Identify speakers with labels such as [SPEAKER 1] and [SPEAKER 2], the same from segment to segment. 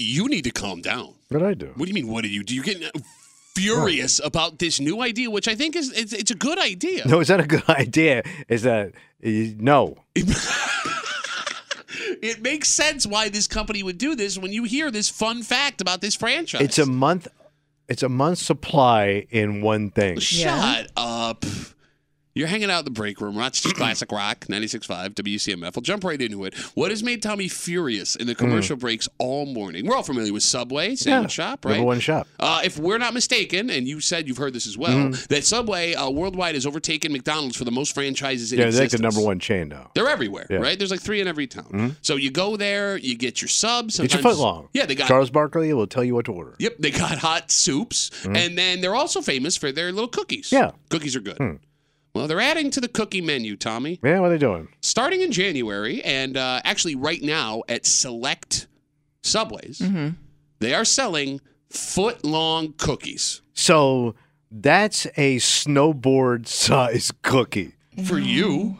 [SPEAKER 1] You need to calm down.
[SPEAKER 2] What did I do?
[SPEAKER 1] What do you mean? What do you do? You're getting furious about this new idea, which I think is it's, it's a good idea.
[SPEAKER 2] No, is that a good idea? Is that is- no?
[SPEAKER 1] It makes sense why this company would do this when you hear this fun fact about this franchise.
[SPEAKER 2] It's a month. It's a month's supply in one thing.
[SPEAKER 1] Shut up. You're hanging out in the break room, Rochester Classic Rock, 96.5 WCMF. We'll jump right into it. What has made Tommy furious in the commercial breaks all morning? We're all familiar with Subway, sandwich shop, right?
[SPEAKER 2] Hmm. Number one shop.
[SPEAKER 1] Uh, if we're not mistaken, and you said you've heard this as well,
[SPEAKER 2] Mm-hmm.
[SPEAKER 1] that Subway uh, worldwide has overtaken McDonald's for the most franchises in
[SPEAKER 2] Yeah, they're like
[SPEAKER 1] existence.
[SPEAKER 2] the number one chain now.
[SPEAKER 1] They're everywhere,
[SPEAKER 2] Yeah.
[SPEAKER 1] right? There's like three in every town. So you go there, you get your subs.
[SPEAKER 2] It's your
[SPEAKER 1] sometimes-
[SPEAKER 2] foot long.
[SPEAKER 1] Yeah, they got
[SPEAKER 2] Charles Barkley will tell you what to order.
[SPEAKER 1] Yep, they got hot soups, and then they're also famous for their little cookies.
[SPEAKER 2] Mm-hmm. Yeah. Hmm.
[SPEAKER 1] cookies are good. Well, they're adding to the cookie menu, Tommy,
[SPEAKER 2] Yeah, what are they doing?
[SPEAKER 1] starting in January, and uh, actually right now at select Subways, they are selling foot long cookies
[SPEAKER 2] So that's a snowboard size cookie.
[SPEAKER 1] for you.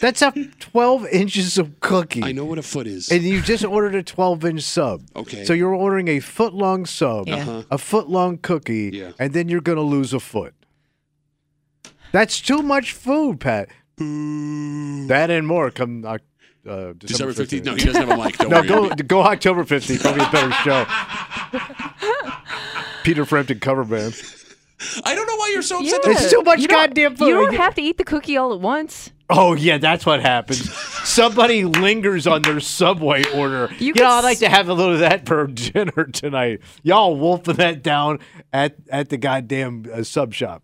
[SPEAKER 2] That's up 12 inches of cookie.
[SPEAKER 1] I know what a foot is.
[SPEAKER 2] And you just ordered a 12 inch sub.
[SPEAKER 1] Okay.
[SPEAKER 2] So you're ordering a foot long sub,
[SPEAKER 3] Yeah. Uh-huh.
[SPEAKER 2] a foot long cookie,
[SPEAKER 1] Yeah.
[SPEAKER 2] and then you're going to lose a foot. That's too much food, Pat. That and more come Oc- uh,
[SPEAKER 1] December
[SPEAKER 2] December
[SPEAKER 1] 15th.
[SPEAKER 2] 15th.
[SPEAKER 1] No, he doesn't have a mic. Don't
[SPEAKER 2] No,
[SPEAKER 1] worry.
[SPEAKER 2] go go October 15th. Probably a better show. Peter Frampton cover band.
[SPEAKER 1] I don't know why you're so upset.
[SPEAKER 3] Yeah.
[SPEAKER 2] It's too much
[SPEAKER 3] You don't-
[SPEAKER 2] goddamn food.
[SPEAKER 3] You don't have to eat the cookie all at once.
[SPEAKER 2] Oh yeah, that's what happens. Somebody lingers on their subway order. You,
[SPEAKER 3] could
[SPEAKER 2] know, I'd like
[SPEAKER 3] s-
[SPEAKER 2] to have a little of that for dinner tonight. Y'all wolfing that down at at the goddamn uh, sub shop.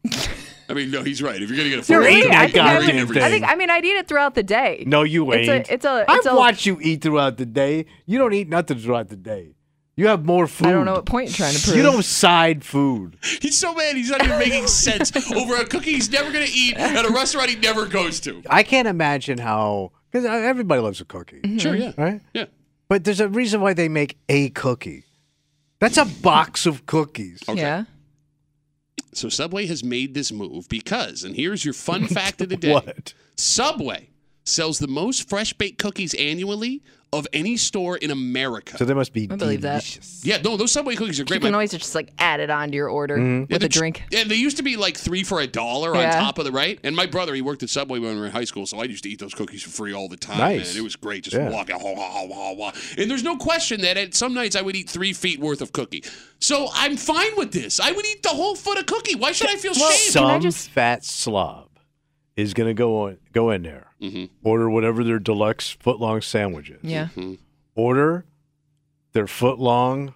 [SPEAKER 1] I mean, no, he's right. If you're gonna get a foot,
[SPEAKER 2] You're
[SPEAKER 1] long
[SPEAKER 2] eating
[SPEAKER 1] cookie,
[SPEAKER 2] that
[SPEAKER 1] you're eating
[SPEAKER 2] goddamn
[SPEAKER 1] everything.
[SPEAKER 2] thing.
[SPEAKER 3] I think I mean I'd eat it throughout the day.
[SPEAKER 2] No, you
[SPEAKER 3] It's a-
[SPEAKER 2] ain't.
[SPEAKER 3] it's a-
[SPEAKER 2] I've
[SPEAKER 3] it's a-
[SPEAKER 2] watched you eat throughout the day. You don't eat nothing throughout the day. You have more food.
[SPEAKER 3] I don't know what point you're trying to prove.
[SPEAKER 2] You don't side food.
[SPEAKER 1] He's so mad he's not even making sense over a cookie he's never going to eat at a restaurant he never goes to.
[SPEAKER 3] Mm-hmm.
[SPEAKER 2] I can't imagine how because everybody loves a cookie,
[SPEAKER 3] Mm-hmm.
[SPEAKER 1] Sure, yeah.
[SPEAKER 2] right?
[SPEAKER 1] Yeah.
[SPEAKER 2] But there's a reason why they make a cookie. That's a box of cookies.
[SPEAKER 3] Yeah.
[SPEAKER 1] So Subway has made this move because, and here's your fun fact of the day
[SPEAKER 2] What?
[SPEAKER 1] Subway sells the most fresh baked cookies annually of any store in America.
[SPEAKER 2] So they must be
[SPEAKER 3] I believe that.
[SPEAKER 2] delicious.
[SPEAKER 1] yeah, no, those Subway cookies are great.
[SPEAKER 3] You
[SPEAKER 1] My-
[SPEAKER 3] can always just like add it onto your order
[SPEAKER 1] Mm-hmm. Yeah,
[SPEAKER 3] with a
[SPEAKER 1] they're-
[SPEAKER 3] drink.
[SPEAKER 1] Yeah, they used to be like three for a dollar on
[SPEAKER 3] Yeah.
[SPEAKER 1] top of the right. And my brother, he worked at Subway when we were in high school, so I used to eat those cookies for free all the time.
[SPEAKER 2] Nice.
[SPEAKER 1] Man. It was great, just
[SPEAKER 2] Yeah.
[SPEAKER 1] walking. Wah, wah, wah, wah. And there's no question that at some nights I would eat three feet worth of cookie. So I'm fine with this. I would eat the whole foot of cookie. Why should I feel shame?
[SPEAKER 3] Oh, can I
[SPEAKER 2] Some
[SPEAKER 3] just-
[SPEAKER 2] fat slob is going to go on, go in there,
[SPEAKER 1] Mhm.
[SPEAKER 2] order whatever their deluxe footlong sandwich is,
[SPEAKER 3] Yeah.
[SPEAKER 1] Mm-hmm.
[SPEAKER 2] order their footlong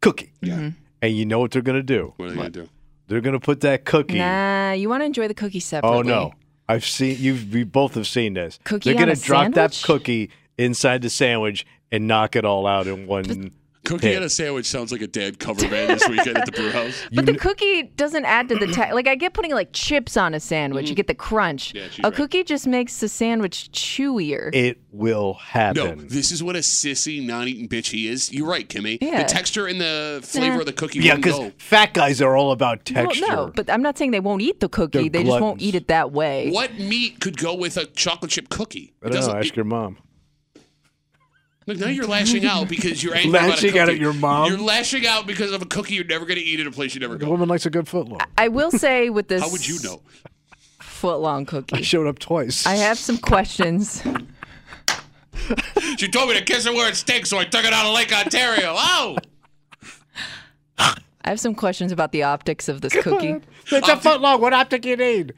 [SPEAKER 2] cookie,
[SPEAKER 1] Yeah.
[SPEAKER 3] Mm-hmm.
[SPEAKER 2] and you know what they're going to do?
[SPEAKER 1] What are they gonna do?
[SPEAKER 2] They're going to put that cookie.
[SPEAKER 3] Nah, you want to enjoy the cookie separately.
[SPEAKER 2] oh no, I've seen you've we both have seen this.
[SPEAKER 3] Cookie
[SPEAKER 2] they're gonna
[SPEAKER 3] on a
[SPEAKER 2] drop that
[SPEAKER 3] sandwich?
[SPEAKER 2] cookie inside the sandwich and knock it all out in one.
[SPEAKER 1] Cookie
[SPEAKER 2] Hey.
[SPEAKER 1] and a sandwich sounds like a dad cover band this weekend at the brew house.
[SPEAKER 3] But the cookie doesn't add to the ta- like I get putting like chips on a sandwich. You get the crunch.
[SPEAKER 1] Mm-hmm. Yeah, she's
[SPEAKER 3] a
[SPEAKER 1] right.
[SPEAKER 3] cookie just makes the sandwich chewier.
[SPEAKER 2] It will
[SPEAKER 1] No,
[SPEAKER 2] happen.
[SPEAKER 1] this is what a sissy, non-eating bitch he is. You're right, Kimmy.
[SPEAKER 3] Yeah.
[SPEAKER 1] The texture and the flavor of the cookie
[SPEAKER 2] yeah,
[SPEAKER 1] won't
[SPEAKER 2] because
[SPEAKER 1] go.
[SPEAKER 2] fat guys are all about
[SPEAKER 3] Well,
[SPEAKER 2] texture.
[SPEAKER 3] no, but I'm not saying they won't eat the cookie.
[SPEAKER 2] They're
[SPEAKER 3] they just won't
[SPEAKER 2] gluttons.
[SPEAKER 3] eat it that way.
[SPEAKER 1] What meat could go with a chocolate chip cookie?
[SPEAKER 2] I don't know. Ask your mom.
[SPEAKER 1] Look, now you're lashing out because you're angry about a
[SPEAKER 2] Lashing out
[SPEAKER 1] cookie.
[SPEAKER 2] at your mom?
[SPEAKER 1] You're lashing out because of a cookie you're never going to eat at a place you never
[SPEAKER 2] The
[SPEAKER 1] go.
[SPEAKER 2] woman likes a good footlong.
[SPEAKER 3] I will say with this
[SPEAKER 1] How would you know?
[SPEAKER 3] foot long
[SPEAKER 2] I
[SPEAKER 3] cookie.
[SPEAKER 2] showed up twice.
[SPEAKER 3] I have some questions.
[SPEAKER 1] She told me to kiss her where it stinks, so I took it out of Lake Ontario. Oh!
[SPEAKER 3] I have some questions about the optics of this cookie.
[SPEAKER 2] It's a foot long. What optic you need?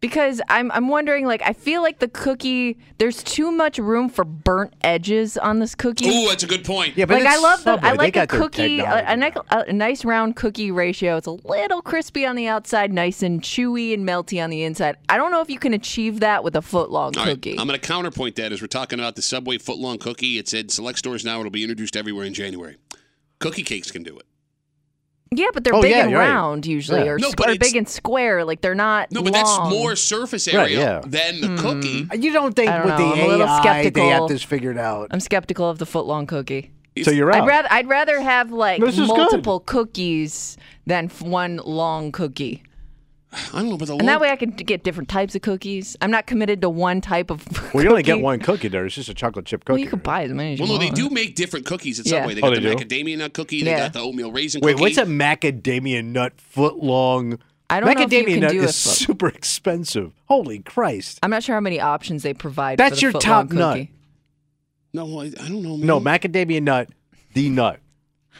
[SPEAKER 3] Because I'm I'm wondering, like, I feel like the cookie there's too much room for burnt edges on this cookie.
[SPEAKER 1] Ooh, that's a good point.
[SPEAKER 2] Yeah, but
[SPEAKER 3] like
[SPEAKER 2] it's
[SPEAKER 3] I love the
[SPEAKER 2] Subway.
[SPEAKER 3] I
[SPEAKER 2] They
[SPEAKER 3] like a
[SPEAKER 2] got their
[SPEAKER 3] cookie uh, a, a,
[SPEAKER 2] technology.
[SPEAKER 3] nice, a nice round cookie ratio. It's a little crispy on the outside, nice and chewy and melty on the inside. I don't know if you can achieve that with a foot long
[SPEAKER 1] All right,
[SPEAKER 3] cookie.
[SPEAKER 1] I'm going to counterpoint that as we're talking about the Subway footlong cookie. It's in select stores now. It'll be introduced everywhere in January. Cookie cakes can do it.
[SPEAKER 3] yeah, but they're
[SPEAKER 2] Oh,
[SPEAKER 3] big
[SPEAKER 2] yeah,
[SPEAKER 3] and
[SPEAKER 2] you're right.
[SPEAKER 3] round usually,
[SPEAKER 2] Yeah.
[SPEAKER 3] or,
[SPEAKER 1] No,
[SPEAKER 3] squ-
[SPEAKER 1] but
[SPEAKER 3] or
[SPEAKER 1] it's-
[SPEAKER 3] big and square. Like they're not.
[SPEAKER 1] No, but
[SPEAKER 3] long.
[SPEAKER 1] that's more surface area
[SPEAKER 2] yeah.
[SPEAKER 1] than
[SPEAKER 3] Hmm.
[SPEAKER 1] the cookie.
[SPEAKER 2] You don't think
[SPEAKER 3] I don't
[SPEAKER 2] with
[SPEAKER 3] know.
[SPEAKER 2] the
[SPEAKER 3] I'm a little
[SPEAKER 2] AI they
[SPEAKER 3] skeptical.
[SPEAKER 2] have this figured out?
[SPEAKER 3] I'm skeptical of the foot long cookie.
[SPEAKER 2] so you're out.
[SPEAKER 3] I'd rather I'd rather have like
[SPEAKER 2] This is good.
[SPEAKER 3] multiple cookies than f- one long cookie.
[SPEAKER 1] I don't know, but the
[SPEAKER 3] And that
[SPEAKER 1] long-
[SPEAKER 3] way I can d- get different types of cookies. I'm not committed to one type of
[SPEAKER 2] well, you only get
[SPEAKER 3] cookie.
[SPEAKER 2] one cookie there. It's just a chocolate chip cookie.
[SPEAKER 3] Well, you could buy as many as you
[SPEAKER 1] Well, no, they
[SPEAKER 3] want.
[SPEAKER 1] do make different cookies at
[SPEAKER 3] Yeah.
[SPEAKER 1] Subway. They
[SPEAKER 2] Oh,
[SPEAKER 1] got the
[SPEAKER 2] they
[SPEAKER 1] macadamia nut cookie. They
[SPEAKER 3] Yeah.
[SPEAKER 1] got the oatmeal raisin
[SPEAKER 2] Wait,
[SPEAKER 1] cookie.
[SPEAKER 2] what's a macadamia nut foot long?
[SPEAKER 3] I don't know if
[SPEAKER 2] macadamia
[SPEAKER 3] you can
[SPEAKER 2] nut
[SPEAKER 3] do a
[SPEAKER 2] is
[SPEAKER 3] foot-
[SPEAKER 2] super expensive. Holy Christ!
[SPEAKER 3] I'm not sure how many options they provide.
[SPEAKER 2] That's
[SPEAKER 3] for the
[SPEAKER 2] your
[SPEAKER 3] footlong
[SPEAKER 2] top nut.
[SPEAKER 3] cookie.
[SPEAKER 1] No, I, I don't know, man.
[SPEAKER 2] No, macadamia nut, the nut.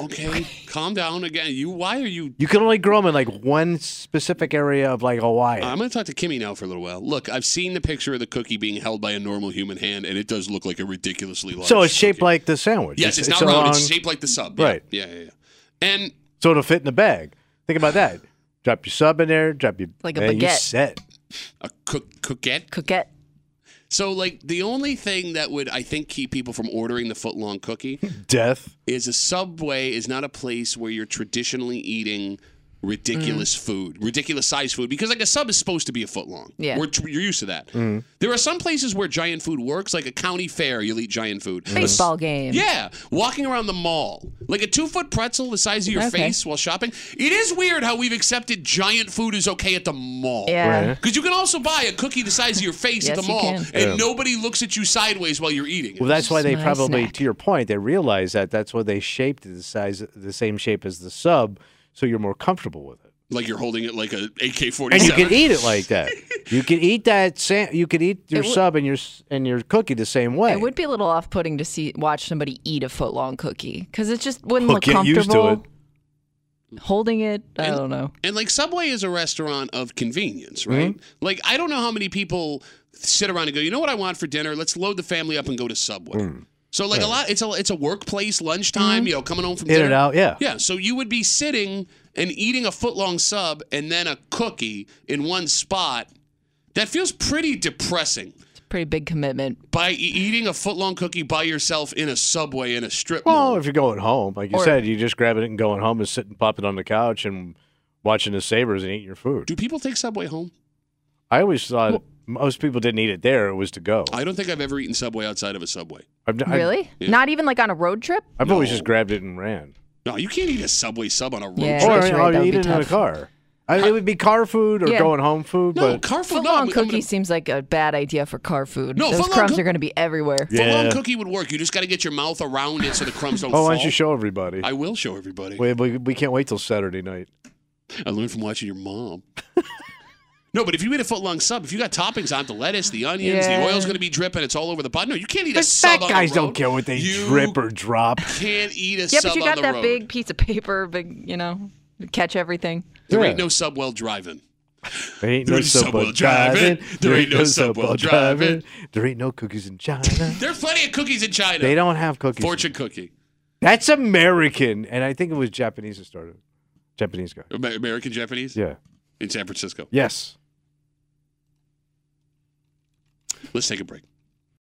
[SPEAKER 1] Okay, calm down again. You, why are you?
[SPEAKER 2] You can only grow them in like one specific area of like Hawaii.
[SPEAKER 1] I'm going to talk to Kimmy now for a little while. Look, I've seen the picture of the cookie being held by a normal human hand, and it does look like a ridiculously large.
[SPEAKER 2] so it's shaped
[SPEAKER 1] cookie.
[SPEAKER 2] like the sandwich.
[SPEAKER 1] Yes, it's,
[SPEAKER 2] a
[SPEAKER 1] not round. It's
[SPEAKER 2] long-
[SPEAKER 1] shaped like the sub. Yeah.
[SPEAKER 2] Right.
[SPEAKER 1] Yeah, yeah, yeah. And
[SPEAKER 2] So it'll fit in the bag. Think about that. Drop your sub in there. Drop your
[SPEAKER 3] Like a
[SPEAKER 2] man, You
[SPEAKER 3] baguette.
[SPEAKER 2] set.
[SPEAKER 1] a cook cookette.
[SPEAKER 3] Cookette.
[SPEAKER 1] So, like, the only thing that would I think keep people from ordering the foot long cookie
[SPEAKER 2] Death.
[SPEAKER 1] is a subway is not a place where you're traditionally eating
[SPEAKER 3] Mm.
[SPEAKER 1] ridiculous food, ridiculous size food, because like a sub is supposed to be a foot long.
[SPEAKER 3] Yeah.
[SPEAKER 1] We're, tr- you're used to that.
[SPEAKER 2] Mm.
[SPEAKER 1] There are some places where giant food works, like a county fair, you'll eat giant food. A s-
[SPEAKER 3] Mm. Baseball game.
[SPEAKER 1] Yeah, walking around the mall, like a two foot pretzel the size of your
[SPEAKER 3] Okay.
[SPEAKER 1] face while shopping. It is weird how we've accepted giant food is okay at the mall.
[SPEAKER 3] Yeah.
[SPEAKER 2] Right.
[SPEAKER 1] Because you can also buy a cookie the size of your face at
[SPEAKER 3] Yes,
[SPEAKER 1] the
[SPEAKER 3] you
[SPEAKER 1] mall,
[SPEAKER 3] can.
[SPEAKER 1] and nobody looks at you sideways while you're eating. It.
[SPEAKER 2] Well, that's why they
[SPEAKER 3] my
[SPEAKER 2] probably,
[SPEAKER 3] snack.
[SPEAKER 2] to your point, they realize that that's why they shaped it the size, the same shape as the sub, so you're more comfortable with it,
[SPEAKER 1] like you're holding it like a AK-47.
[SPEAKER 2] and you can eat it like that. You can eat that. Sa- you can eat your
[SPEAKER 3] It would-
[SPEAKER 2] sub and your s- and your cookie the same way.
[SPEAKER 3] It would be a little off-putting to see watch somebody eat a foot-long cookie because it just wouldn't
[SPEAKER 2] Well,
[SPEAKER 3] look
[SPEAKER 2] get used to
[SPEAKER 3] comfortable. Holding it, I
[SPEAKER 1] And-
[SPEAKER 3] don't know.
[SPEAKER 1] And like Subway is a restaurant of convenience, right?
[SPEAKER 2] Mm-hmm.
[SPEAKER 1] Like I don't know how many people sit around and go, you know what I want for dinner? Let's load the family up and go to Subway.
[SPEAKER 2] Mm.
[SPEAKER 1] So like a lot, it's a it's a workplace lunchtime. You know, coming home from
[SPEAKER 2] In
[SPEAKER 1] dinner.
[SPEAKER 2] and out, yeah.
[SPEAKER 1] Yeah. So you would be sitting and eating a foot long sub and then a cookie in one spot. That feels pretty depressing.
[SPEAKER 3] It's a pretty big commitment.
[SPEAKER 1] By e- eating a foot long cookie by yourself in a Subway in a strip mall.
[SPEAKER 2] Well, if you're going home, like you
[SPEAKER 3] Or-
[SPEAKER 2] said, you just grab it and going home and sitting, popping on the couch and watching the Sabers and eating your food.
[SPEAKER 1] Do people take Subway home?
[SPEAKER 2] I always thought most people didn't eat it there; it was to go.
[SPEAKER 1] I don't think I've ever eaten Subway outside of a Subway.
[SPEAKER 2] I've, I've-
[SPEAKER 3] really?
[SPEAKER 1] yeah.
[SPEAKER 3] Not even like on a road trip?
[SPEAKER 2] I've always
[SPEAKER 1] No.
[SPEAKER 2] just grabbed it and ran.
[SPEAKER 1] No, you can't eat a Subway sub on a road
[SPEAKER 3] Yeah.
[SPEAKER 1] trip.
[SPEAKER 3] I
[SPEAKER 2] or
[SPEAKER 3] guess you're right,
[SPEAKER 2] I'll
[SPEAKER 3] that would
[SPEAKER 2] eat
[SPEAKER 3] be
[SPEAKER 2] it in the
[SPEAKER 3] tough.
[SPEAKER 2] car. I, it would be car food or
[SPEAKER 3] Yeah.
[SPEAKER 2] going home food,
[SPEAKER 1] No,
[SPEAKER 2] but
[SPEAKER 1] car food. no, I'm-
[SPEAKER 3] Foot-long
[SPEAKER 1] I'm
[SPEAKER 3] cookie
[SPEAKER 1] gonna-
[SPEAKER 3] seems like a bad idea for car food.
[SPEAKER 1] No,
[SPEAKER 3] Those
[SPEAKER 1] footlong
[SPEAKER 3] crumbs
[SPEAKER 1] cook-
[SPEAKER 3] are going to be everywhere.
[SPEAKER 2] Yeah.
[SPEAKER 1] full-on cookie would work. You just got to get your mouth around it so the crumbs don't
[SPEAKER 2] oh,
[SPEAKER 1] fall.
[SPEAKER 2] why don't you show everybody?
[SPEAKER 1] I will show everybody.
[SPEAKER 2] we, we, we can't wait till Saturday night.
[SPEAKER 1] I learned from watching your mom. no, but if you eat a foot-long sub, if you got toppings on it, the lettuce, the onions, the
[SPEAKER 3] Yeah.
[SPEAKER 1] oil's going to be dripping. It's all over the bun. No, you can't eat a
[SPEAKER 2] But
[SPEAKER 1] sub
[SPEAKER 2] fat
[SPEAKER 1] on the
[SPEAKER 2] guys don't
[SPEAKER 1] road.
[SPEAKER 2] care what they
[SPEAKER 1] You
[SPEAKER 2] drip or drop.
[SPEAKER 1] Can't eat a
[SPEAKER 3] Yeah,
[SPEAKER 1] sub
[SPEAKER 3] but you
[SPEAKER 1] on
[SPEAKER 3] got
[SPEAKER 1] the
[SPEAKER 3] that
[SPEAKER 1] road.
[SPEAKER 3] big piece of paper, big, you know, catch everything.
[SPEAKER 1] There
[SPEAKER 2] Yeah.
[SPEAKER 1] ain't no sub while driving.
[SPEAKER 2] There ain't
[SPEAKER 1] There
[SPEAKER 2] no
[SPEAKER 1] ain't no
[SPEAKER 2] subway
[SPEAKER 1] Subway driving.
[SPEAKER 2] driving.
[SPEAKER 1] There ain't no Subway driving.
[SPEAKER 2] There ain't no cookies in China.
[SPEAKER 1] There's plenty of cookies in China.
[SPEAKER 2] they don't have cookies.
[SPEAKER 1] Fortune cookie.
[SPEAKER 2] That's American, and I think it was Japanese that started. Japanese guy.
[SPEAKER 1] Amer- American Japanese
[SPEAKER 2] Yeah.
[SPEAKER 1] in San Francisco.
[SPEAKER 2] Yes.
[SPEAKER 1] Let's take a break.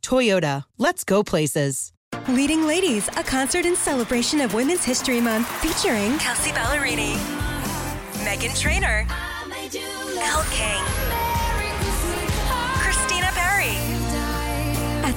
[SPEAKER 4] Toyota, let's go places.
[SPEAKER 5] Leading Ladies, a concert in celebration of Women's History Month featuring Kelsey Ballerini, Megan Trainor, Al King, Christina Perry. At